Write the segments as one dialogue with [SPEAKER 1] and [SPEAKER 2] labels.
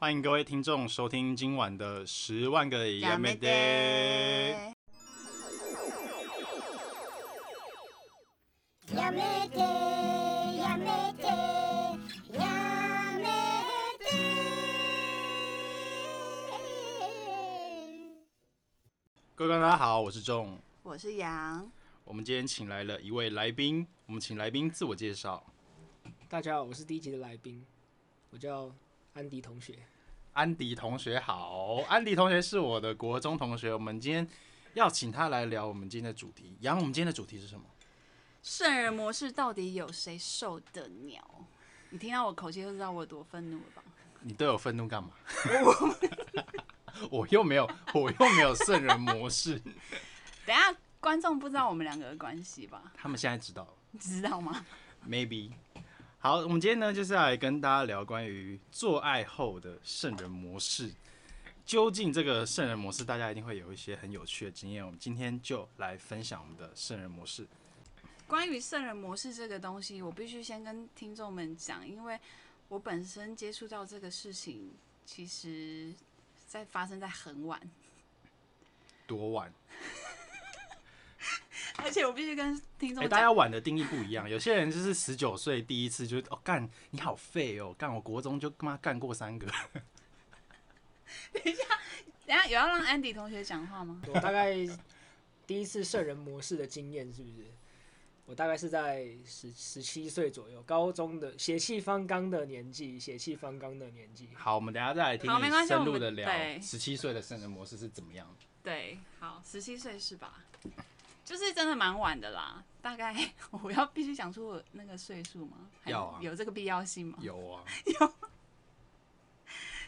[SPEAKER 1] 欢迎各位听众收听今晚的十万个亚美得。
[SPEAKER 2] やめてやめてやめて
[SPEAKER 1] 各位观众大家好，我是仲。
[SPEAKER 3] 我是杨，
[SPEAKER 1] 我们今天请来了一位来宾，我们请来宾自我介绍。
[SPEAKER 4] 大家好，我是第一集的来宾，我叫安迪同学。
[SPEAKER 1] 安迪同学好，安迪同学是我的国中同学，我们今天要请他来聊我们今天的主题。杨，我们今天的主题是什么？
[SPEAKER 3] 圣人模式到底有谁受得了？你听到我口气就知道我有多愤怒了吧？
[SPEAKER 1] 你对我愤怒干嘛？ 我又没有，我又没有圣人模式。
[SPEAKER 3] 等一下观众不知道我们两个的关系吧？
[SPEAKER 1] 他们现在知道了。
[SPEAKER 3] 你知道吗？
[SPEAKER 1] Maybe。好，我们今天呢就是要来跟大家聊关于做爱后的圣人模式。究竟这个圣人模式，大家一定会有一些很有趣的经验。我们今天就来分享我们的圣人模式。
[SPEAKER 3] 关于圣人模式这个东西，我必须先跟听众们讲，因为我本身接触到这个事情，其实在发生在很晚，
[SPEAKER 1] 多晚？
[SPEAKER 3] 而且我必须跟听
[SPEAKER 1] 哎、
[SPEAKER 3] 众
[SPEAKER 1] 大家
[SPEAKER 3] 讲，
[SPEAKER 1] 晚的定义不一样。有些人就是十九岁第一次就是哦干，你好废哦，干我国中就他妈干过三个。
[SPEAKER 3] 等一下有要让安迪同学讲话吗？
[SPEAKER 4] 我大概第一次圣人模式的经验是不是？我大概是在十十七岁左右，高中的血气方刚的年纪，血气方刚的年纪。
[SPEAKER 1] 好，我们等一下再来听
[SPEAKER 3] 好没关
[SPEAKER 1] 你
[SPEAKER 3] 系
[SPEAKER 1] 深入
[SPEAKER 3] 我
[SPEAKER 1] 的
[SPEAKER 3] 们
[SPEAKER 1] 聊
[SPEAKER 3] 对
[SPEAKER 1] 十七岁的圣人模式是怎么样的。
[SPEAKER 3] 对，好，十七岁是吧？就是真的蛮晚的啦，大概 我要必须讲出我那个岁数吗？还
[SPEAKER 1] 要啊
[SPEAKER 3] 有这个必要性吗？
[SPEAKER 1] 有啊，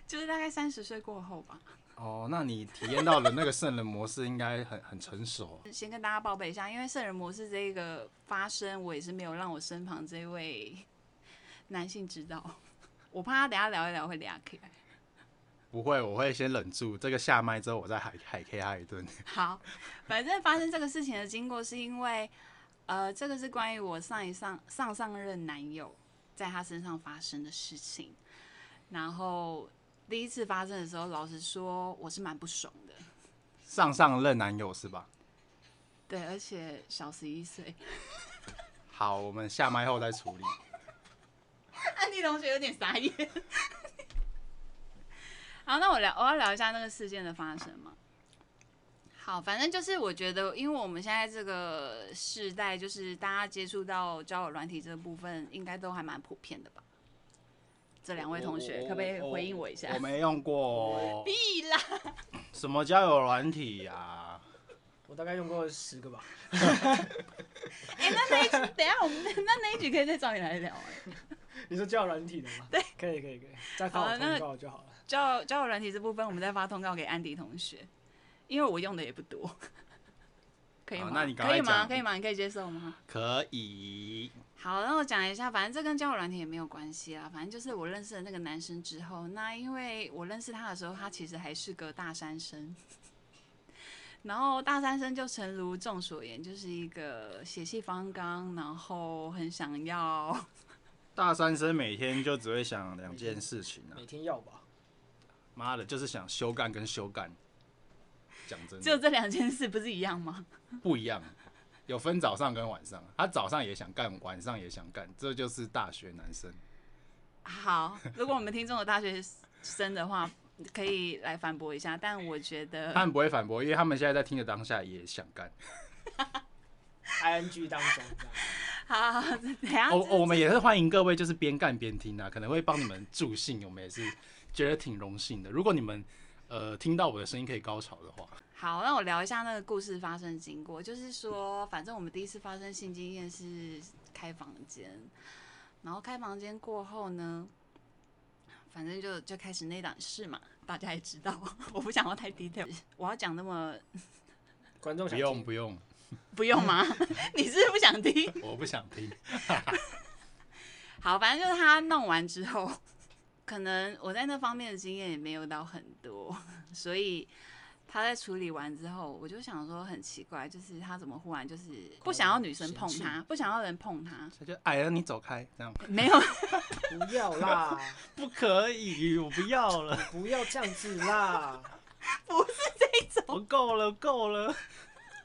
[SPEAKER 3] 就是大概三十岁过后吧。
[SPEAKER 1] 哦，那你体验到了那个圣人模式，应该很很成熟啊。
[SPEAKER 3] 先跟大家报备一下，因为圣人模式这个发生，我也是没有让我身旁这位男性知道， 我怕他等一下聊一聊会俩起来。
[SPEAKER 1] 不会，我会先忍住这个下麦之后，我再海海 K 他一顿。
[SPEAKER 3] 好，反正发生这个事情的经过是因为，呃，这个是关于我上一上上上任男友在他身上发生的事情。然后第一次发生的时候，老实说我是蛮不爽的，
[SPEAKER 1] 上上任男友是吧？
[SPEAKER 3] 对，而且小十一岁，
[SPEAKER 1] 好，我们下麦后再处理。
[SPEAKER 3] 安迪同学有点傻眼。 好，那我聊，我要聊一下那个事件的发生嘛。好，反正就是我觉得，因为我们现在这个世代，就是大家接触到交友软体这部分，应该都还蛮普遍的吧？这两位同学，可不可以回应我一下？
[SPEAKER 1] 我没用过哦、
[SPEAKER 3] 必啦，
[SPEAKER 1] 什么交友软体啊呀、
[SPEAKER 4] 我大概用过十个吧。
[SPEAKER 3] 哎、那那一局，等一下我们那那一局可以再找你来聊、哎，
[SPEAKER 4] 你说叫软体的吗？对，可以可以可以，再发
[SPEAKER 3] 好
[SPEAKER 4] 我
[SPEAKER 3] 了那
[SPEAKER 4] 通告就好了。
[SPEAKER 3] 交友交友软体这部分，我们再发通告给安迪同学，因为我用的也不多， 可以
[SPEAKER 1] 好
[SPEAKER 3] 吗？
[SPEAKER 1] 那你赶
[SPEAKER 3] 可以
[SPEAKER 1] 快
[SPEAKER 3] 吗？
[SPEAKER 1] 讲
[SPEAKER 3] 可以吗？你可以接受吗？
[SPEAKER 1] 可以。
[SPEAKER 3] 好，那我讲一下，反正这跟交友软体也没有关系啦。反正就是我认识了那个男生之后，那因为我认识他的时候，他其实还是个大三生。 然后大三生就诚如众所言，就是一个血气方刚，然后很想要，
[SPEAKER 1] 大三生每天就只会想两件事情啊，
[SPEAKER 4] 每天要吧，
[SPEAKER 1] 妈的，就是想修干跟修干。讲真
[SPEAKER 3] 只有
[SPEAKER 1] 的，
[SPEAKER 3] 这两件事，不是一样吗？
[SPEAKER 1] 不一样，有分早上跟晚上。他早上也想干，晚上也想干，这就是大学男生。
[SPEAKER 3] 好，如果我们听众有大学生的话，可以来反驳一下，但我 觉
[SPEAKER 1] 他
[SPEAKER 3] 得
[SPEAKER 1] 们不会反驳，因为他们现在在听的当下也想干。
[SPEAKER 4] ，ing 当中这样。
[SPEAKER 3] 好， 好好等一下
[SPEAKER 1] 哦哦，我们也是欢迎各位，就是边干边听啊，可能会帮你们助兴，我们也是觉得挺荣幸的。如果你们呃听到我的声音可以高潮的话，
[SPEAKER 3] 好，那我聊一下那个故事发生经过。就是说，反正我们第一次发生性经验是开房间，然后开房间过后呢，反正就就开始那档事嘛，大家也知道， 我不想要太 detail，我要讲那么
[SPEAKER 4] 观众
[SPEAKER 1] 不
[SPEAKER 4] 想
[SPEAKER 1] 用
[SPEAKER 4] 听
[SPEAKER 1] 不用，
[SPEAKER 3] 不用吗？ 你是不是不想听？
[SPEAKER 1] 我不想听。
[SPEAKER 3] 好，反正就是他弄完之后，可能我在那方面的经验也没有到很多，所以他在处理完之后，我就想说很奇怪，就是他怎么忽然就是不想要女生碰
[SPEAKER 4] 嫌
[SPEAKER 3] 他，不想要人碰他，
[SPEAKER 1] 他就矮了你走开，这样
[SPEAKER 3] 没有，
[SPEAKER 4] 不要啦，
[SPEAKER 1] 不可以，我不要了，
[SPEAKER 4] 不要这样子啦，
[SPEAKER 1] 我够了，够了，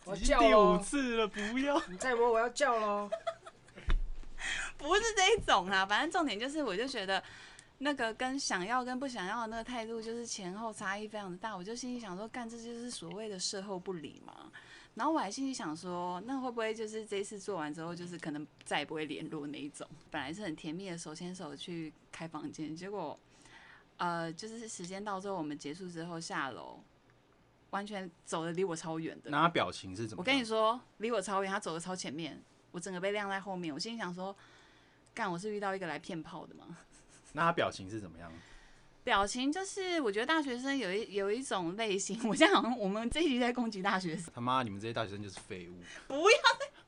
[SPEAKER 4] 我
[SPEAKER 1] 已经
[SPEAKER 4] 叫
[SPEAKER 1] 第五
[SPEAKER 4] 喽，
[SPEAKER 1] 次了，不要。
[SPEAKER 4] 你再摸我要叫喽。
[SPEAKER 3] 不是这一种啦。反正重点就是，我就觉得那个跟想要跟不想要的那个态度，就是前后差异非常的大。我就心里想说，干这就是所谓的事后不理嘛。然后我还心里想说，那会不会就是这一次做完之后，就是可能再也不会联络那一种？本来是很甜蜜的手牵手去开房间，结果呃，就是时间到之后，我们结束之后下楼，完全走的离我超远的。
[SPEAKER 1] 那他表情是怎么样？
[SPEAKER 3] 我跟你说，离我超远，他走的超前面，我整个被晾在后面。我心里想说，干，我是遇到一个来骗炮的吗？
[SPEAKER 1] 那他表情是怎么样？
[SPEAKER 3] 表情就是，我觉得大学生有一有一种类型， 我现在好像我们这一集在攻击大学生，
[SPEAKER 1] 他妈，你们这些大学生就是废物。
[SPEAKER 3] 不要再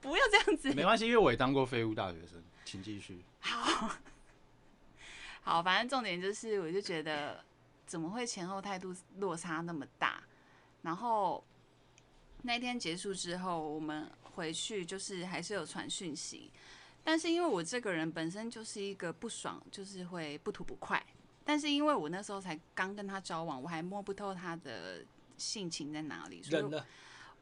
[SPEAKER 3] 不要这样子。
[SPEAKER 1] 没关系，因为我也当过废物大学生，请继续。
[SPEAKER 3] 好，反正重点就是，我就觉得怎么会前后态度落差那么大？然后那天结束之后，我们回去就是还是有传讯息，但是因为我这个人本身就是一个不爽，就是会不吐不快。但是因为我那时候才刚跟他交往，我还摸不透他的性情在哪里，所以
[SPEAKER 4] 忍了，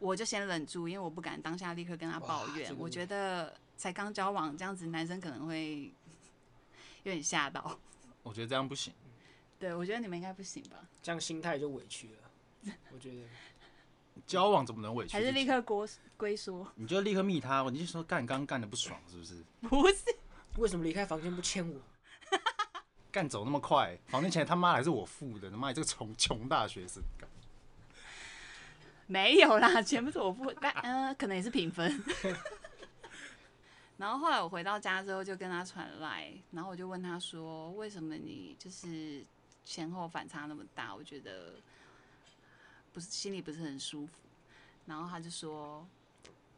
[SPEAKER 3] 我就先忍住，因为我不敢当下立刻跟他抱
[SPEAKER 4] 哇
[SPEAKER 3] 怨。
[SPEAKER 4] 这个
[SPEAKER 3] 我觉得才刚交往这样子，男生可能会有点吓到。
[SPEAKER 1] 我觉得这样不行。
[SPEAKER 3] 对，我觉得你们应该不行吧？
[SPEAKER 4] 这样心态就委屈了。我觉得
[SPEAKER 1] 交往怎么能委屈？
[SPEAKER 3] 还是立，刻锅龟缩？
[SPEAKER 1] 你就立刻密他，你就说干，刚刚干的不爽是不是？
[SPEAKER 3] 不是，
[SPEAKER 4] 为什么离开房间不牵我？
[SPEAKER 1] 干走那么快，房间钱他妈还是我付的，他妈你这个穷穷大学生，干
[SPEAKER 3] 没有啦，全部是我不，但嗯、可能也是平 分。然后后来我回到家之后，就跟他传来，然后我就问他说，为什么你就是前后反差那么大？我觉得不是心里不是很舒服。然后他就说，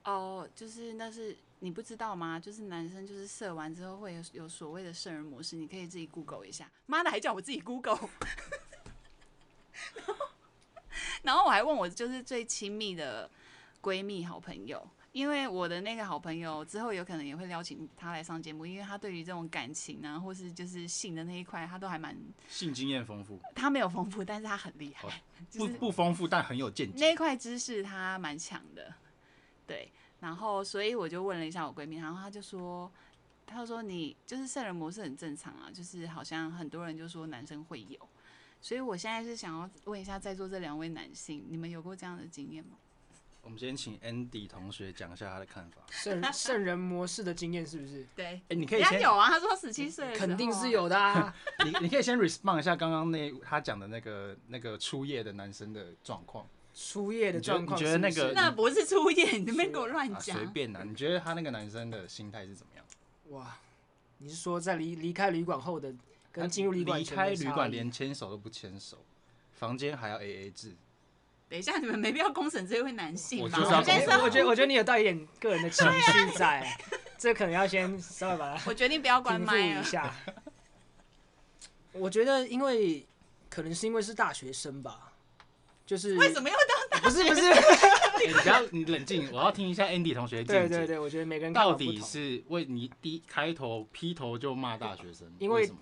[SPEAKER 3] 哦，就是那是你不知道吗？就是男生就是射完之后会有有所谓的圣人模式，你可以自己 Google 一下。妈的，还叫我自己 Google。然后我还问我就是最亲密的闺蜜好朋友，因为我的那个好朋友之后有可能也会邀请她来上节目，因为她对于这种感情啊，或是就是性的那一块，她都还蛮，
[SPEAKER 1] 性经验丰富，
[SPEAKER 3] 她没有丰富，但是她很厉害
[SPEAKER 1] 哦，
[SPEAKER 3] 就
[SPEAKER 1] 不
[SPEAKER 3] 是
[SPEAKER 1] 不丰富但很有见
[SPEAKER 3] 那
[SPEAKER 1] 解。
[SPEAKER 3] 一块知识她蛮强的，对。然后所以我就问了一下我闺蜜，然后她就说。她就说你就是圣人模式很正常啊，就是好像很多人就说男生会有，所以我现在是想要问一下在座这两位男性，你们有过这样的经验吗？
[SPEAKER 1] 我们先请 Andy 同学讲一下他的看法。
[SPEAKER 4] 圣圣人模式的经验是不是？
[SPEAKER 3] 对，
[SPEAKER 1] 哎、你可
[SPEAKER 3] 人
[SPEAKER 1] 以
[SPEAKER 3] 家
[SPEAKER 1] 先，
[SPEAKER 3] 有啊，他说十七岁的时候啊
[SPEAKER 4] 肯定是。有 的啊。
[SPEAKER 1] 你你可以先 respond 一下刚刚那他讲的那个那个初夜的男生的状况
[SPEAKER 4] 初夜的状况
[SPEAKER 1] 你觉得
[SPEAKER 4] 是不
[SPEAKER 1] 那
[SPEAKER 4] 是，
[SPEAKER 1] 个
[SPEAKER 3] 那不是初夜，你别
[SPEAKER 4] 是
[SPEAKER 3] 给我乱
[SPEAKER 1] 啊，
[SPEAKER 3] 讲
[SPEAKER 1] 随。便啦、你觉得他那个男生的心态是怎么样？
[SPEAKER 4] 哇，你是说在离离开旅馆后的跟进入旅馆
[SPEAKER 1] 啊离
[SPEAKER 4] 前
[SPEAKER 1] 开
[SPEAKER 4] 的差
[SPEAKER 1] 旅馆
[SPEAKER 4] 异
[SPEAKER 1] 连牵手都不牵手，房间还要 A A 制，
[SPEAKER 3] 等一下，你们没必要公审这位男性
[SPEAKER 1] 我
[SPEAKER 3] 吧？
[SPEAKER 1] 就是
[SPEAKER 3] 我
[SPEAKER 1] 要
[SPEAKER 3] 们现在
[SPEAKER 1] 公
[SPEAKER 3] 是
[SPEAKER 1] 审
[SPEAKER 3] 要
[SPEAKER 4] 我觉得，我觉得你有带一点个人的
[SPEAKER 3] 啊
[SPEAKER 4] 情绪在，这可能要先稍微把它
[SPEAKER 3] 我决定不要 关
[SPEAKER 4] 平复
[SPEAKER 3] 麦
[SPEAKER 4] 一
[SPEAKER 3] 了。
[SPEAKER 4] 下。我觉得，因为可能是因为是大学生吧，就是
[SPEAKER 3] 为什么又当？
[SPEAKER 4] 不是 不是，
[SPEAKER 1] 哎你不要，你冷静，我要听一下 Andy 同学的见
[SPEAKER 4] 对
[SPEAKER 1] 解。
[SPEAKER 4] 对对，我觉得每个人看法
[SPEAKER 1] 到
[SPEAKER 4] 不
[SPEAKER 1] 底
[SPEAKER 4] 同
[SPEAKER 1] 是为你第一开头劈头就骂大学生，
[SPEAKER 4] 因为
[SPEAKER 1] 为什么？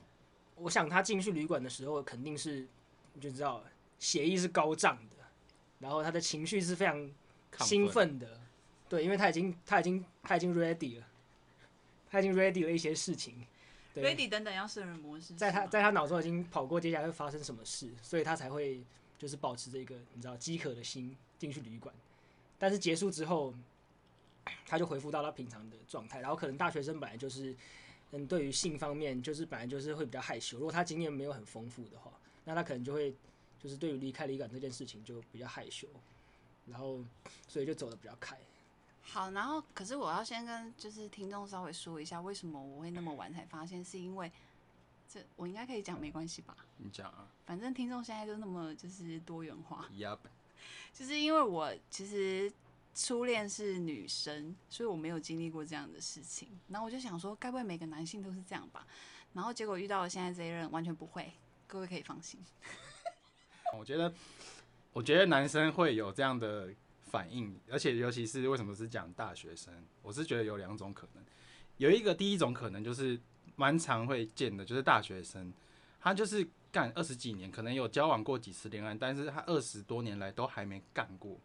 [SPEAKER 4] 我想他进去旅馆的时候，肯定是你就知道血液是高涨的，然后他的情绪是非常
[SPEAKER 1] 亢奋
[SPEAKER 4] 兴奋的，对，因为他已经他已经他已经 ready 了，他已经 ready 了一些事情，对
[SPEAKER 3] Ready 等等要圣人模式，
[SPEAKER 4] 在他
[SPEAKER 3] 是吗
[SPEAKER 4] 在他脑中已经跑过接下来会发生什么事，所以他才会就是保持着一个你知道饥渴的心进去旅馆，但是结束之后，他就恢复到他平常的状态，然后可能大学生本来就是，嗯，对于性方面就是本来就是会比较害羞，如果他经验没有很丰富的话，那他可能就会就是对于离开旅馆这件事情就比较害羞，然后所以就走的比较开，
[SPEAKER 3] 好，然后可是我要先跟就是听众稍微说一下，为什么我会那么晚才发现，是因为这我应该可以讲没关系吧？
[SPEAKER 1] 你讲啊，
[SPEAKER 3] 反正听众现在都那么就是多元化。
[SPEAKER 1] 一样。
[SPEAKER 3] 就是因为我其实初恋是女生，所以我没有经历过这样的事情。然后我就想说，该不会每个男性都是这样吧？然后结果遇到了现在这一任，完全不会。各位可以放心，
[SPEAKER 1] 我觉得我觉得男生会有这样的反应，而且尤其是为什么是讲大学生，我是觉得有两种可能，有一个第一种可能就是蛮常会见的，就是大学生，他就是干二十几年，可能有交往过几次恋爱，但是他二十多年来都还没干过，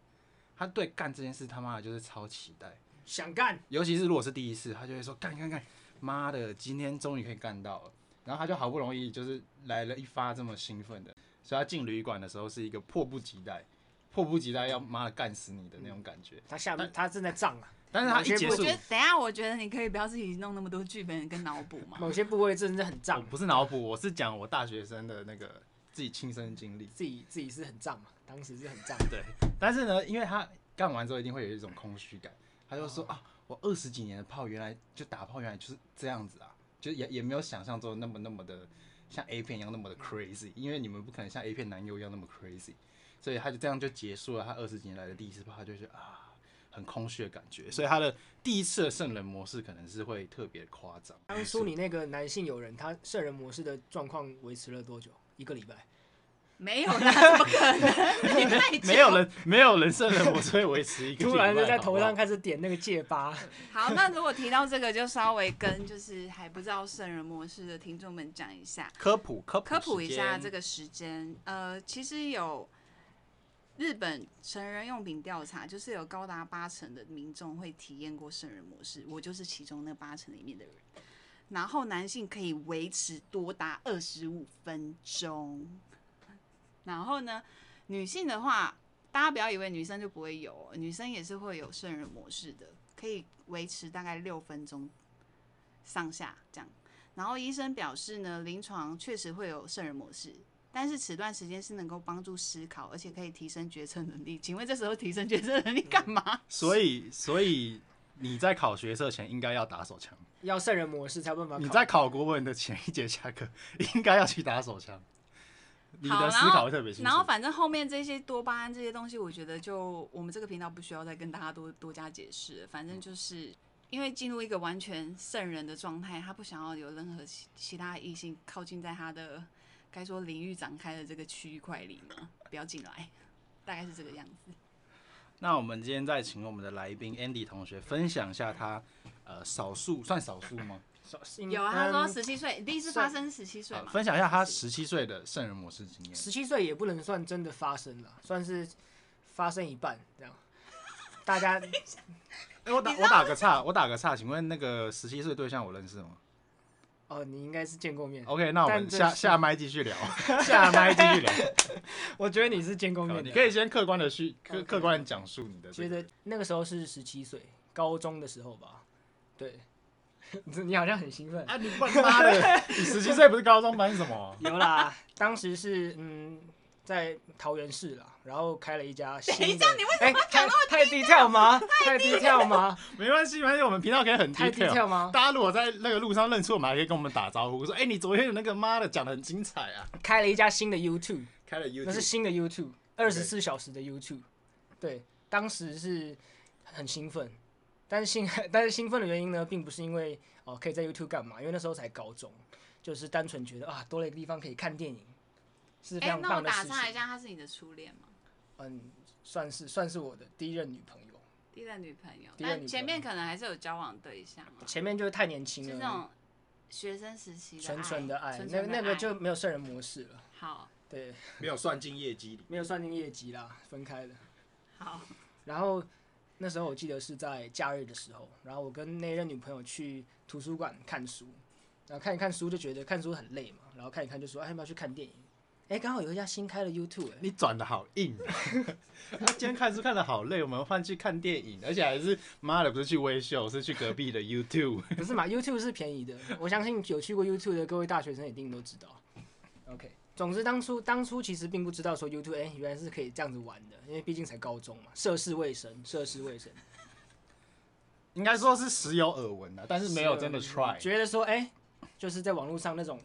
[SPEAKER 1] 他对干这件事他妈的就是超期待。
[SPEAKER 4] 想干，
[SPEAKER 1] 尤其是如果是第一次，他就会说干干干，妈的，今天终于可以干到了。然后他就好不容易就是来了一发这么兴奋的，所以他进旅馆的时候是一个迫不及待、迫不及待要妈的干死你的那种感觉。
[SPEAKER 4] 他下面他正在胀啊，
[SPEAKER 1] 但是他一结
[SPEAKER 3] 嗯我
[SPEAKER 1] 束
[SPEAKER 3] 觉，得等一下，我觉得你可以不要自己弄那么多剧本跟脑补 嘛。
[SPEAKER 4] 某些部位真的很
[SPEAKER 1] 我
[SPEAKER 4] 胀，啊
[SPEAKER 1] 不是脑补，我是讲我大学生的那个自己亲身经历。
[SPEAKER 4] 自己自己是很胀啊嘛，当时是很胀。
[SPEAKER 1] 对，但是呢，因为他干完之后一定会有一种空虚感，他就
[SPEAKER 4] 哦
[SPEAKER 1] 说、啊，我二十几年的炮，原来就打炮，原来就是这样子啊，就也也没有想象中那么那么的像 A 片一样那么的 crazy，因为你们不可能像 A 片男优一样那么 crazy，所以他就这样就结束了他二十几年来的第一次炮，他就觉得啊，很空虚的感觉，所以他的第一次的圣人模式可能是会特别夸张。
[SPEAKER 4] 当初你那个男性友人，他圣人模式的状况维持了多久？一个礼拜。
[SPEAKER 3] 没有啦，怎么可能？ 也 太久
[SPEAKER 1] 没有。人，没有人圣人模式会维持一个礼拜。
[SPEAKER 4] 突然就在
[SPEAKER 1] 好
[SPEAKER 4] 头
[SPEAKER 1] 不好
[SPEAKER 4] 上开始点那个戒疤，
[SPEAKER 3] 好，那如果提到这个，就稍微跟就是还不知道圣人模式的听众们讲一下，
[SPEAKER 1] 科普科普
[SPEAKER 3] 科普一下
[SPEAKER 1] 时间
[SPEAKER 3] 这个时间。呃，其实有日本成人用品调查，就是有高达八成的民众会体验过圣人模式，我就是其中那八成里面的人。然后男性可以维持多达二十五分钟，然后呢，女性的话，大家不要以为女生就不会有哦，女生也是会有圣人模式的，可以维持大概六分钟上下这样。然后医生表示呢，临床确实会有圣人模式，但是此段时间是能够帮助思考，而且可以提升决策能力。请问这时候提升决策能力干嘛？
[SPEAKER 1] 所以，所以你在考学测前应该要打手枪，
[SPEAKER 4] 要圣人模式才有办法考。
[SPEAKER 1] 你在考国文的前一节下课 应该要去打手枪。你
[SPEAKER 3] 好，
[SPEAKER 1] 的
[SPEAKER 3] 然
[SPEAKER 1] 思考
[SPEAKER 3] 后
[SPEAKER 1] 会特别清楚
[SPEAKER 3] 然。后反正后面这些多巴胺这些东西，我觉得就我们这个频道不需要再跟大家多多加解释了。反
[SPEAKER 1] 嗯
[SPEAKER 3] 正就是因为进入一个完全圣人的状态，他不想要有任何其其他异性靠近在他的该说领域展开的这个区块里嘛，不要进来，大概是这个样子。
[SPEAKER 1] 那我们今天再请我们的来宾 Andy 同学分享一下他呃少数算少数吗？
[SPEAKER 3] 有啊，他说
[SPEAKER 4] 十
[SPEAKER 3] 十七岁，第一次
[SPEAKER 4] 算
[SPEAKER 3] 发生十七岁
[SPEAKER 1] 好啊
[SPEAKER 3] 嘛，
[SPEAKER 1] 分享一下他十七岁的圣人模式经验。
[SPEAKER 4] 十七岁也不能算真的发生了，算是发生一半这样。大家
[SPEAKER 1] 哎、我打我打个岔，我打个岔，请问那个十七岁对象我认识吗
[SPEAKER 4] 哦，你应该是见过面，
[SPEAKER 1] ？OK，那我们
[SPEAKER 4] 但这
[SPEAKER 1] 下
[SPEAKER 4] 是
[SPEAKER 1] 下麦继续聊，嗯 下麦继续聊。
[SPEAKER 4] 我觉得你是见过
[SPEAKER 1] 好
[SPEAKER 4] 面
[SPEAKER 1] 啊 你
[SPEAKER 4] 的。
[SPEAKER 1] 可以先客观的去客
[SPEAKER 4] OK
[SPEAKER 1] 客观的讲述你的、这
[SPEAKER 4] 觉
[SPEAKER 1] 个
[SPEAKER 4] 得那个时候是十七岁，高中的时候吧？对， 你好像很兴奋。
[SPEAKER 1] 啊，你不然妈的，你十七岁不是高中班是什么？
[SPEAKER 4] 有啦，当时是嗯，在桃园市啦，然后开了一家新的。
[SPEAKER 3] 等一下你为
[SPEAKER 4] 哎太太低调吗？太低调吗？
[SPEAKER 1] 没关系，没关系，我们频道可以很
[SPEAKER 4] 太低
[SPEAKER 1] detail。
[SPEAKER 4] 调吗？
[SPEAKER 1] 大家如果在那个路上认出我们，还可以跟我们打招呼，说：“哎、你昨天的那个妈的讲的很精彩啊
[SPEAKER 4] 开了一家新的 YouTube，！”
[SPEAKER 1] 开了
[SPEAKER 4] 那
[SPEAKER 1] YouTube，
[SPEAKER 4] 是新的 YouTube，二十四小时的 YouTube。对，当时是很兴奋，但是兴 但是兴奋的原因呢，并不是因为哦可以在 YouTube 干嘛，因为那时候才高中，就是单纯觉得啊多了一个地方可以看电影，是非
[SPEAKER 3] 哎、
[SPEAKER 4] 常
[SPEAKER 3] 那我
[SPEAKER 4] 棒的
[SPEAKER 3] 打
[SPEAKER 4] 事情。
[SPEAKER 3] 岔一下，她是你的初恋吗？
[SPEAKER 4] 嗯，算是算是我的第一任女朋友。
[SPEAKER 3] 第一任女朋友，
[SPEAKER 4] 第一
[SPEAKER 3] 但
[SPEAKER 4] 任女朋友
[SPEAKER 3] 前面可能还是有交往对象啊，
[SPEAKER 4] 前面就是太年轻
[SPEAKER 3] 是那
[SPEAKER 4] 了，
[SPEAKER 3] 种学生时期的
[SPEAKER 4] 纯纯的爱，
[SPEAKER 3] 纯
[SPEAKER 4] 那
[SPEAKER 3] 纯的
[SPEAKER 4] 那个
[SPEAKER 3] 爱
[SPEAKER 4] 就没有圣人模式了，
[SPEAKER 3] 好
[SPEAKER 4] 对，
[SPEAKER 1] 没有算进业绩里。
[SPEAKER 4] 没有算进业绩啦，分开的。
[SPEAKER 3] 好
[SPEAKER 4] 然后那时候我记得是在假日的时候，然后我跟那任女朋友去图书馆看书，然后看一看书就觉得看书很累嘛，然后看一看就说，哎，要不要去看电影？哎，刚好有一家新开的 YouTube，、哎
[SPEAKER 1] 你转的好硬、啊， 今天看书看的好累，我们换去看电影，而且还是妈的不是去微秀，是去隔壁的 YouTube。
[SPEAKER 4] 不是嘛？YouTube 是便宜的，我相信有去过 YouTube 的各位大学生一定都知道。OK，总之当初当初其实并不知道说 YouTube 哎、原来是可以这样子玩的，因为毕竟才高中嘛，涉世未深，涉世未深，
[SPEAKER 1] 应该说是时有耳闻啊，但是没有真的
[SPEAKER 4] 觉
[SPEAKER 1] try。
[SPEAKER 4] 得说哎、就是在网络上那种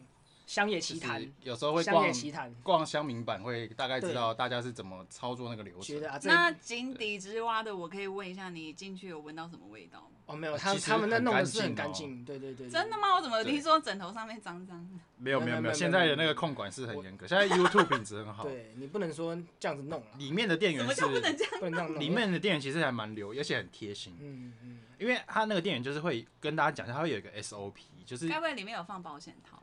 [SPEAKER 4] 乡野
[SPEAKER 1] 就
[SPEAKER 4] 奇
[SPEAKER 1] 是
[SPEAKER 4] 谈，
[SPEAKER 1] 有时候会
[SPEAKER 4] 乡
[SPEAKER 1] 逛
[SPEAKER 4] 野奇谈
[SPEAKER 1] 逛乡民版，会大概知
[SPEAKER 4] 对
[SPEAKER 1] 道大家是怎么操作那个流程
[SPEAKER 4] 觉。得啊，这
[SPEAKER 3] 那井底之蛙的，我可以问一下，你进去有闻到什么味道吗？
[SPEAKER 4] 哦没有，
[SPEAKER 1] 啊
[SPEAKER 4] 他
[SPEAKER 1] 其实
[SPEAKER 4] 他们那
[SPEAKER 1] 很
[SPEAKER 4] 弄的
[SPEAKER 1] 干
[SPEAKER 4] 是很
[SPEAKER 1] 净
[SPEAKER 4] 干
[SPEAKER 1] 哦
[SPEAKER 4] 净，对对对，对
[SPEAKER 3] 真的吗？我怎么
[SPEAKER 1] 对
[SPEAKER 3] 听说枕头上面脏脏的？
[SPEAKER 1] 没有没有
[SPEAKER 4] 没有没
[SPEAKER 1] 没
[SPEAKER 4] 有
[SPEAKER 1] 有，现在的那个控管是很严格，现在 YouTube 品质很好，
[SPEAKER 4] 对你不能说这样子弄了，
[SPEAKER 1] 里面的店
[SPEAKER 3] 怎
[SPEAKER 1] 员
[SPEAKER 3] 么
[SPEAKER 1] 是
[SPEAKER 3] 就不能这样？
[SPEAKER 4] 不能这样弄。
[SPEAKER 1] 里面的店员其实还蛮流，而且很贴心，
[SPEAKER 4] 嗯嗯，
[SPEAKER 1] 因为他那个店员就是会跟大家讲一下，他会有一个 SOP，就是
[SPEAKER 3] 该不会里面有放保险套吧？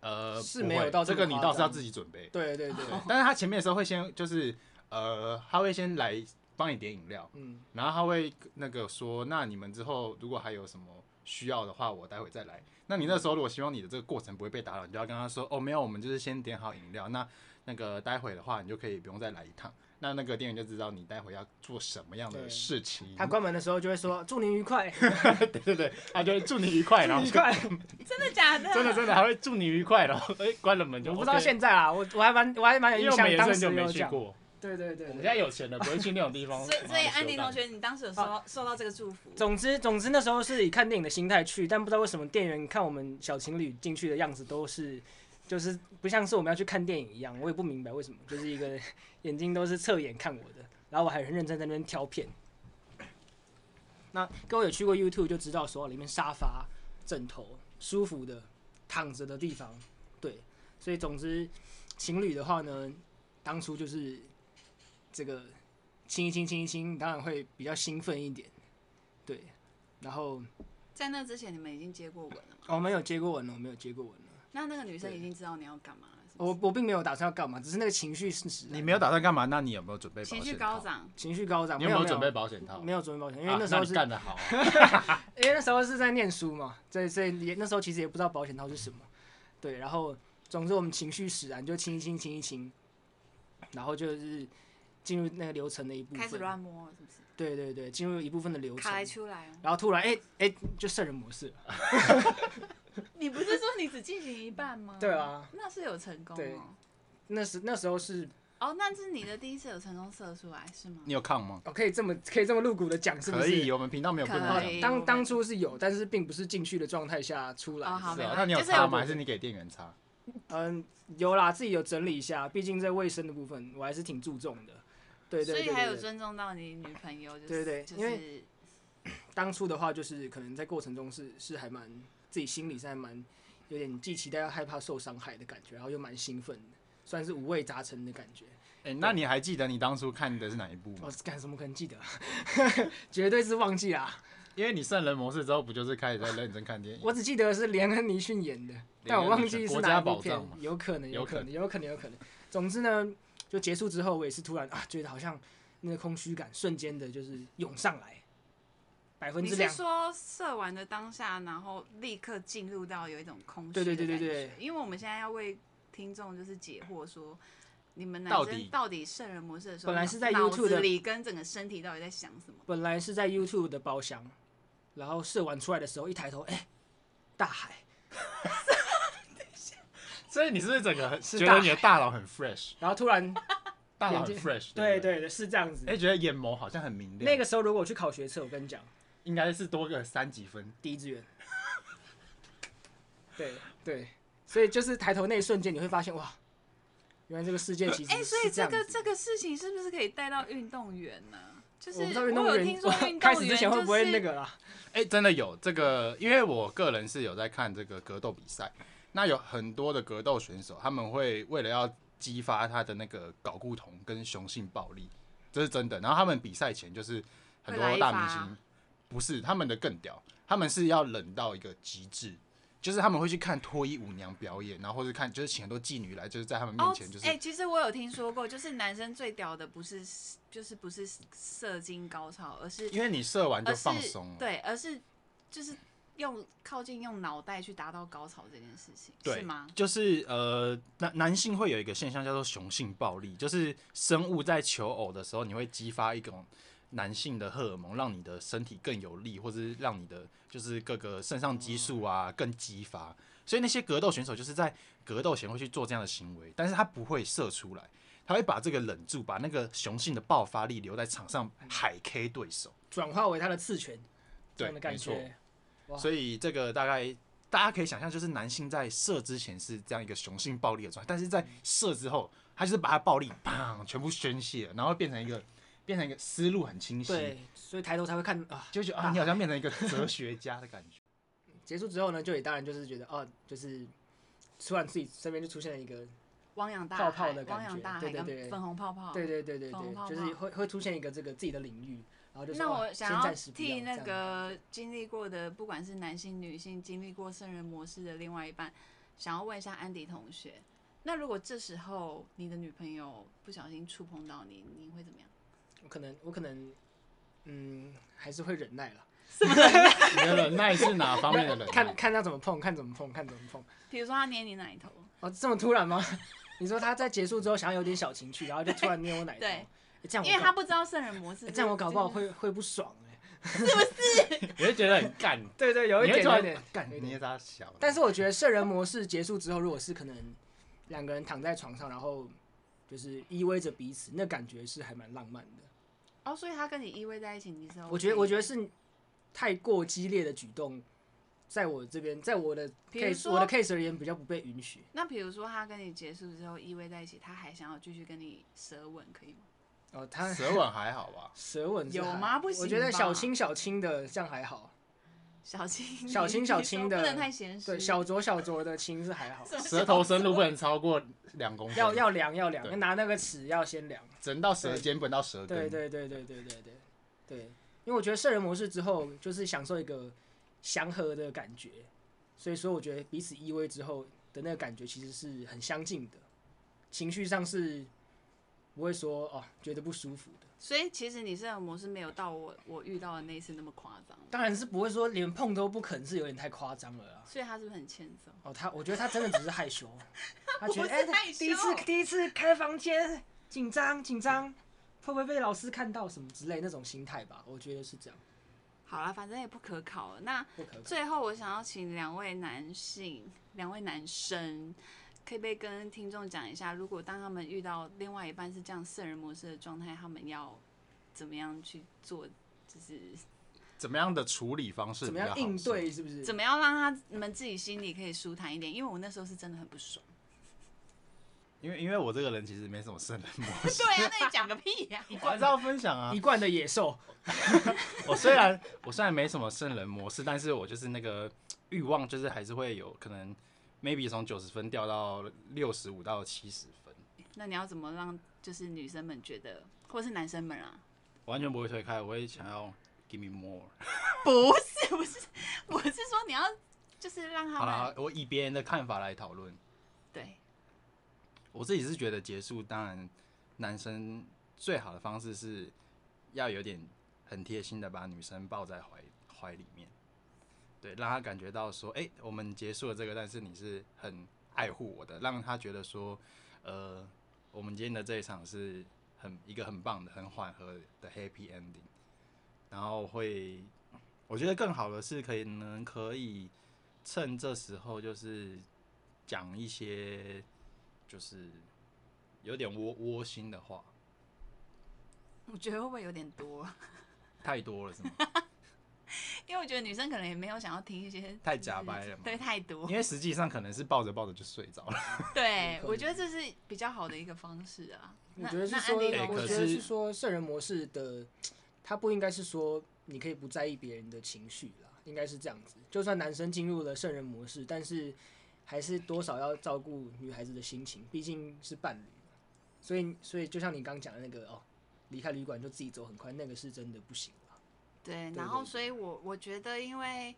[SPEAKER 1] 呃
[SPEAKER 4] 是
[SPEAKER 1] 不
[SPEAKER 4] 没有
[SPEAKER 1] 会
[SPEAKER 4] 到这
[SPEAKER 1] 这
[SPEAKER 4] 么
[SPEAKER 1] 个你
[SPEAKER 4] 夸
[SPEAKER 1] 倒是要
[SPEAKER 4] 张
[SPEAKER 1] 自己准备，
[SPEAKER 4] 对对对，
[SPEAKER 1] 但是他前面的时候会先就是呃，他会先来帮你点饮料，
[SPEAKER 4] 嗯，
[SPEAKER 1] 然后他会那个说，那你们之后如果还有什么需要的话，我待会再来。那你那时候如果希望你的这个过程不会被打扰，你就要跟他说，哦，没有，我们就是先点好饮料，那那个待会的话，你就可以不用再来一趟。那那个店员就知道你待会要做什么样的
[SPEAKER 4] 对
[SPEAKER 1] 事情，
[SPEAKER 4] 他关门的时候就会说祝您 愉快，
[SPEAKER 1] 对对对，他啊就会祝你愉快， 然后
[SPEAKER 4] 愉快。
[SPEAKER 3] 真的假的？
[SPEAKER 1] 真的真的还会祝你愉快，然后 哎、关了门就
[SPEAKER 4] 我
[SPEAKER 1] OK、
[SPEAKER 4] 不知道现在啊，我我还蛮我还蛮
[SPEAKER 1] 因
[SPEAKER 4] 有
[SPEAKER 1] 为我们
[SPEAKER 4] 印象，
[SPEAKER 1] 也
[SPEAKER 4] 当
[SPEAKER 1] 很
[SPEAKER 4] 时
[SPEAKER 1] 久没
[SPEAKER 4] 有
[SPEAKER 1] 去
[SPEAKER 4] 讲，
[SPEAKER 1] 过，
[SPEAKER 4] 对对对
[SPEAKER 1] 我们现
[SPEAKER 4] 对。
[SPEAKER 1] 在有钱了，不会去那种地方。
[SPEAKER 3] 所以所以
[SPEAKER 1] 妈的
[SPEAKER 3] 安迪同。
[SPEAKER 1] 修
[SPEAKER 3] 学，你当时有收到受到这个祝福？
[SPEAKER 4] 总之，总之那时候是以看电影的心态去，但不知道为什么店员看我们小情侣进去的样子都是，就是不像是我们要去看电影一样，我也不明白为什么，就是一个眼睛都是侧眼看我的，然后我还很认真在那边挑片。那各位有去过 YouTube 就知道，所有里面沙发、枕头、舒服的躺着的地方，对，所以总之情侣的话呢，当初就是这个亲一亲亲一亲，当然会比较兴奋一点。对，然后
[SPEAKER 3] 在那之前，你们已经接过吻了吗？
[SPEAKER 4] 哦我没有接过吻了，我没有接过吻了，
[SPEAKER 3] 那那个女生已经知道你要干嘛了，是不
[SPEAKER 4] 我
[SPEAKER 3] 是？
[SPEAKER 4] 我并没有打算要干嘛，只是那个情绪是使然
[SPEAKER 1] 你没有打算干嘛？那你有没有准备保险
[SPEAKER 3] 情
[SPEAKER 1] 套？
[SPEAKER 3] 绪高涨，
[SPEAKER 4] 情绪高涨，
[SPEAKER 1] 你有
[SPEAKER 4] 没
[SPEAKER 1] 没
[SPEAKER 4] 有
[SPEAKER 1] 有准备？保险套？
[SPEAKER 4] 没有准备保险，因
[SPEAKER 1] 啊
[SPEAKER 4] 为那时候
[SPEAKER 1] 你
[SPEAKER 4] 是，
[SPEAKER 1] 干得好啊、
[SPEAKER 4] 因为那时候是在念书嘛，所以所以也那时候其实也不知道保险套是什么，对，然后总之我们情绪使然，就亲一亲亲一亲，然后就是进入那个流程的一部
[SPEAKER 3] 开始
[SPEAKER 4] 分，
[SPEAKER 3] 乱摸了，是不是？
[SPEAKER 4] 对对对，进入一部分的流
[SPEAKER 3] 卡
[SPEAKER 4] 程，
[SPEAKER 3] 来出来哦。
[SPEAKER 4] 然后突然哎哎、就圣人模式了，
[SPEAKER 3] 你不是说你只进行一半吗？
[SPEAKER 4] 对啊，
[SPEAKER 3] 那是有成功
[SPEAKER 4] 对
[SPEAKER 3] 哦。
[SPEAKER 4] 那时那时候是
[SPEAKER 3] 哦，那是你的第一次有成功射出来是吗？
[SPEAKER 1] 你有抗吗？
[SPEAKER 4] 哦可以这么可以这么露骨的讲是不是？
[SPEAKER 1] 可以，我们频道没有不能
[SPEAKER 3] 可
[SPEAKER 1] 讲。
[SPEAKER 3] 以我
[SPEAKER 4] 当
[SPEAKER 3] 们
[SPEAKER 4] 当初是有，但是并不是进去的状态下出来。
[SPEAKER 3] 哦好
[SPEAKER 1] 是
[SPEAKER 3] 没
[SPEAKER 1] 啊
[SPEAKER 3] 关，系
[SPEAKER 1] 那你有
[SPEAKER 3] 就是
[SPEAKER 1] 擦
[SPEAKER 3] 有
[SPEAKER 1] 吗？还是你给店员擦？
[SPEAKER 4] 嗯，有啦，自己有整理一下，毕竟在卫生的部分我还是挺注重的。对对对
[SPEAKER 3] 所以还有
[SPEAKER 4] 对对，
[SPEAKER 3] 尊重到你女朋友，就是
[SPEAKER 4] 对对
[SPEAKER 3] 就
[SPEAKER 4] 因为
[SPEAKER 3] 是
[SPEAKER 4] 当初的话就是可能在过程中是是还蛮自己心里是还蛮有点既期待又害怕受伤害的感觉，然后又蛮兴奋的，算是五味杂陈的感觉。
[SPEAKER 1] 哎、那你还记得你当初看的是哪一部
[SPEAKER 4] 我
[SPEAKER 1] 吗？
[SPEAKER 4] 干什么可能记得 啊？绝对是忘记啦，
[SPEAKER 1] 因为你圣人模式之后，不就是开始在认真看电影？
[SPEAKER 4] 我只记得是连恩尼逊演的，但我忘记是哪一部片，有可能，有可能，有可能，有可能。总之呢，就结束之后，我也是突然啊，觉得好像那个空虚感瞬间的就是涌上来，百分
[SPEAKER 3] 你
[SPEAKER 4] 之
[SPEAKER 3] 是
[SPEAKER 4] 两，
[SPEAKER 3] 说射完的当下，然后立刻进入到有一种空虚的
[SPEAKER 4] 对对对对
[SPEAKER 3] 感
[SPEAKER 4] 对
[SPEAKER 3] 觉因为我们现在要为听众就是解惑说。你们男
[SPEAKER 1] 到
[SPEAKER 3] 生
[SPEAKER 1] 底
[SPEAKER 3] 到底圣人模式的时候，
[SPEAKER 4] 本来是在
[SPEAKER 3] 脑
[SPEAKER 4] YouTube 的
[SPEAKER 3] 子里跟整个身体到底在想什么？
[SPEAKER 4] 本来是在 YouTube 的包厢，然后射完出来的时候，一抬头，哎、大海，
[SPEAKER 1] 所以你是不是整个很
[SPEAKER 4] 是
[SPEAKER 1] 觉
[SPEAKER 4] 大
[SPEAKER 1] 得你的大脑很 fresh，
[SPEAKER 4] 然后突然，
[SPEAKER 1] 大脑
[SPEAKER 4] 眼
[SPEAKER 1] 很
[SPEAKER 4] 睛
[SPEAKER 1] fresh？
[SPEAKER 4] 对
[SPEAKER 1] 不对。
[SPEAKER 4] 对对，是这样子
[SPEAKER 1] 哎、。觉得眼眸好像很明亮，
[SPEAKER 4] 那个时候如果我去考学测，我跟你讲，
[SPEAKER 1] 应该是多个三几分。
[SPEAKER 4] 第一志愿， 对对，所以就是抬头那一瞬间，你会发现哇，原来这个世界其实
[SPEAKER 3] 哎、所以
[SPEAKER 4] 是
[SPEAKER 3] 这
[SPEAKER 4] 样
[SPEAKER 3] 个
[SPEAKER 4] 子
[SPEAKER 3] 这个事情是不是可以带到运动员呢、就是
[SPEAKER 4] 我不知道运动
[SPEAKER 3] 有
[SPEAKER 4] 员
[SPEAKER 3] 听 说运动员、就是、
[SPEAKER 4] 开始之前会不会那个啦？
[SPEAKER 1] 哎、真的有这个，因为我个人是有在看这个格斗比赛，那有很多的格斗选手，他们会为了要激发他的那个睾固酮跟雄性暴力，这是真的。然后他们比赛前就是很
[SPEAKER 3] 会来
[SPEAKER 1] 多
[SPEAKER 3] 一
[SPEAKER 1] 大
[SPEAKER 3] 发
[SPEAKER 1] 明星，不是他们的更屌，他们是要冷到一个极致。就是他们会去看脱衣舞娘表演，然后或者看就是请很多妓女来，就是在他们面前就是、
[SPEAKER 3] 哎、其实我有听说过，就是男生最屌的不是就是不是射精高潮，而是
[SPEAKER 1] 因为你射完就
[SPEAKER 3] 而呃是
[SPEAKER 1] 放松了，
[SPEAKER 3] 对，而是就是用靠近用脑袋去达到高潮这件事情，
[SPEAKER 1] 对
[SPEAKER 3] 是吗？
[SPEAKER 1] 就是呃，男男性会有一个现象叫做雄性暴力，就是生物在求偶的时候，你会激发一种男性的荷尔蒙，让你的身体更有力，或者是让你的就是各个肾上激素
[SPEAKER 4] 哦
[SPEAKER 1] 啊更激发。所以那些格斗选手就是在格斗前会去做这样的行为，但是他不会射出来，他会把这个忍住，把那个雄性的爆发力留在场上海 K 对手。
[SPEAKER 4] 转化为他的刺拳，
[SPEAKER 1] 对
[SPEAKER 4] 这样的感
[SPEAKER 1] 没错
[SPEAKER 4] 觉。哇
[SPEAKER 1] 所以这个大概大家可以想象，就是男性在射之前是这样一个雄性暴力的状态，但是在射之后，他就是把他暴力砰全部宣泄，然后变成一个变成一个思路很清晰，
[SPEAKER 4] 对，所以抬头才会看啊。
[SPEAKER 1] 就觉得啊， 你好像变成一个哲学家的感觉。
[SPEAKER 4] 结束之后呢，就也当然就是觉得哦，就是突然自己身边就出现了一个，
[SPEAKER 3] 汪洋大海，
[SPEAKER 4] 泡泡的感觉
[SPEAKER 3] 汪洋大海
[SPEAKER 4] 对对
[SPEAKER 3] 跟
[SPEAKER 4] 对
[SPEAKER 3] 粉红泡泡。
[SPEAKER 4] 对对对对
[SPEAKER 3] 粉红泡
[SPEAKER 4] 对，
[SPEAKER 3] 泡
[SPEAKER 4] 就是会会出现一个这个自己的领域，然后就说
[SPEAKER 3] 那
[SPEAKER 4] 哦
[SPEAKER 3] 我想
[SPEAKER 4] 先
[SPEAKER 3] 要
[SPEAKER 4] 暂时不要
[SPEAKER 3] 替那
[SPEAKER 4] 这样
[SPEAKER 3] 个经历过的，不管是男性、女性，经历过圣人模式的另外一半，想要问一下安迪同学，那如果这时候你的女朋友不小心触碰到你，你会怎么样？
[SPEAKER 4] 我可能我可能嗯还是会忍耐了，
[SPEAKER 1] 你的忍耐是哪方面的忍耐？
[SPEAKER 4] 看看他怎么碰，看怎么碰，看怎么碰。
[SPEAKER 3] 比如说他捏你奶头，
[SPEAKER 4] 哦，这么突然吗？ 你说他在结束之后想要有点小情趣，然后就突然捏我奶头，
[SPEAKER 3] 对
[SPEAKER 4] 欸这样我
[SPEAKER 3] 因为
[SPEAKER 4] 搞
[SPEAKER 3] 他不知道圣人模式
[SPEAKER 4] 欸
[SPEAKER 3] 个，
[SPEAKER 4] 这样我搞不好
[SPEAKER 3] 这个
[SPEAKER 4] 会会不爽哎、
[SPEAKER 1] 我就觉得很干，
[SPEAKER 4] 对对，有一
[SPEAKER 1] 你会
[SPEAKER 4] 点
[SPEAKER 1] 突
[SPEAKER 4] 有一
[SPEAKER 1] 然
[SPEAKER 4] 点
[SPEAKER 1] 干
[SPEAKER 4] 有一点
[SPEAKER 1] 捏他小，
[SPEAKER 4] 但是我觉得圣人模式结束之后，如果是可能两个人躺在床上，然后就是依偎着彼此，那感觉是还蛮浪漫的。
[SPEAKER 3] 哦，所以他跟你依偎在一起，你是 OK 的、
[SPEAKER 4] 我觉得，我觉得是太过激烈的举动，在我这边，在我的
[SPEAKER 3] 比如
[SPEAKER 4] case
[SPEAKER 3] 说
[SPEAKER 4] 我的 case 而言比较不被允许。
[SPEAKER 3] 那比如说他跟你结束之后依偎在一起，他还想要继续跟你舌吻，可以吗？
[SPEAKER 4] 哦，他
[SPEAKER 1] 舌吻还好 吧？
[SPEAKER 4] 舌吻是
[SPEAKER 3] 有
[SPEAKER 4] 还
[SPEAKER 3] 吗不
[SPEAKER 4] 我
[SPEAKER 3] 行
[SPEAKER 4] 觉得小
[SPEAKER 3] 吧
[SPEAKER 4] 亲小亲的这样还好，
[SPEAKER 3] 小青，
[SPEAKER 4] 小青
[SPEAKER 3] 你
[SPEAKER 4] 小
[SPEAKER 3] 说
[SPEAKER 4] 青的
[SPEAKER 3] 不能太咸湿。
[SPEAKER 4] 对，小酌小酌的亲是还好，
[SPEAKER 1] 舌头深度不能超过两公分，
[SPEAKER 4] 要要量要
[SPEAKER 1] 对
[SPEAKER 4] 量，拿那个尺要先量。
[SPEAKER 1] 整到舌尖，不能到舌根。
[SPEAKER 4] 对对对对对对对对，因为我觉得圣人模式之后就是享受一个祥和的感觉，所以说我觉得彼此依偎之后的那个感觉其实是很相近的，情绪上是不会说哦觉得不舒服的，
[SPEAKER 3] 所以其实你圣人模式没有到我我遇到的那一次那么夸张，
[SPEAKER 4] 当然是不会说连碰都不肯，是有点太夸张了啦。
[SPEAKER 3] 所以他是不是很欠揍？
[SPEAKER 4] 哦，他我觉得他真的只是 害羞，他觉得
[SPEAKER 3] 不是
[SPEAKER 4] 哎、
[SPEAKER 3] 害羞
[SPEAKER 4] 第一次第一次开房间紧张紧张，会不会被老师看到什么之类那种心态吧？我觉得是这样，
[SPEAKER 3] 好啦，反正也不可考了。那
[SPEAKER 4] 不可
[SPEAKER 3] 最后我想要请两位男性、两位男生，可以不可以跟听众讲一下，如果当他们遇到另外一半是这样圣人模式的状态，他们要怎么样去做？就是
[SPEAKER 1] 怎么样的处理方式？
[SPEAKER 4] 怎么样应对？是不是？
[SPEAKER 3] 怎么样让他们自己心里可以舒坦一点？因为我那时候是真的很不爽。
[SPEAKER 1] 因为因为我这个人其实没什么圣人模 式，
[SPEAKER 3] 对啊，那你讲个屁呀、
[SPEAKER 1] 我还是要分享啊
[SPEAKER 4] 一。贯的野兽，
[SPEAKER 1] 我虽然我虽然没什么圣人模式，但是我就是那个欲望，就是还是会有可能，maybe 从九十分掉到六十五到七十分，
[SPEAKER 3] 那你要怎么让就是女生们觉得，或是男生们啊？
[SPEAKER 1] 完全不会推开，我会想要 give me more。
[SPEAKER 3] 不是不是，我是说你要就是让他
[SPEAKER 1] 好啦
[SPEAKER 3] 们，
[SPEAKER 1] 我以别人的看法来讨论。
[SPEAKER 3] 对
[SPEAKER 1] 我自己是觉得结束，当然男生最好的方式是要有点很贴心的把女生抱在怀怀里面，对，让她感觉到说，哎、我们结束了这个，但是你是很爱护我的，让她觉得说，呃，我们今天的这一场是很一个很棒的、很缓和的 happy ending，然后会，我觉得更好的是可以能可以趁这时候就是讲一些就是有点窝窝心的话，
[SPEAKER 3] 我觉得会不会有点多？
[SPEAKER 1] 太多了是吗？
[SPEAKER 3] 因为我觉得女生可能也没有想要听一些
[SPEAKER 1] 太假掰了嘛
[SPEAKER 3] 对，太多
[SPEAKER 1] 因。为实际上可能是抱着抱着就睡着了。
[SPEAKER 3] 对
[SPEAKER 4] 有，可能
[SPEAKER 3] 我觉得这是比较好的一个方式啊。
[SPEAKER 4] 我
[SPEAKER 3] 那
[SPEAKER 4] 觉得是
[SPEAKER 3] 那
[SPEAKER 4] 说，
[SPEAKER 3] 安迪
[SPEAKER 1] 哎
[SPEAKER 3] 同
[SPEAKER 4] 我
[SPEAKER 1] 可
[SPEAKER 4] 觉
[SPEAKER 3] 学
[SPEAKER 4] 得
[SPEAKER 1] 是
[SPEAKER 4] 是说圣人模式的，他不应该是说你可以不在意别人的情绪啦，应该是这样子。就算男生进入了圣人模式，但是还是多少要照顾女孩子的心情，毕竟是伴侣嘛。所以，所以就像你刚讲的那个哦，离开旅馆就自己走很快，那个是真的不行啦。
[SPEAKER 3] 对，
[SPEAKER 4] 对
[SPEAKER 3] 然后
[SPEAKER 4] 对
[SPEAKER 3] 所以我我觉得，因为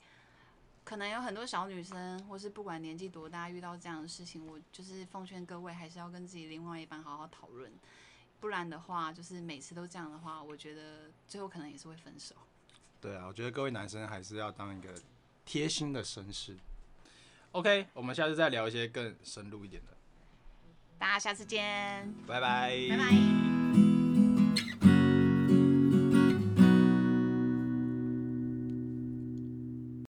[SPEAKER 3] 可能有很多小女生，或是不管年纪多大，遇到这样的事情，我就是奉劝各位还是要跟自己另外一半好好讨论，不然的话，就是每次都这样的话，我觉得最后可能也是会分手。
[SPEAKER 1] 对啊，我觉得各位男生还是要当一个贴心的绅士。OK，我们下次再聊一些更深入一点的，
[SPEAKER 3] 大家下次见，
[SPEAKER 1] 拜拜，
[SPEAKER 3] 拜拜。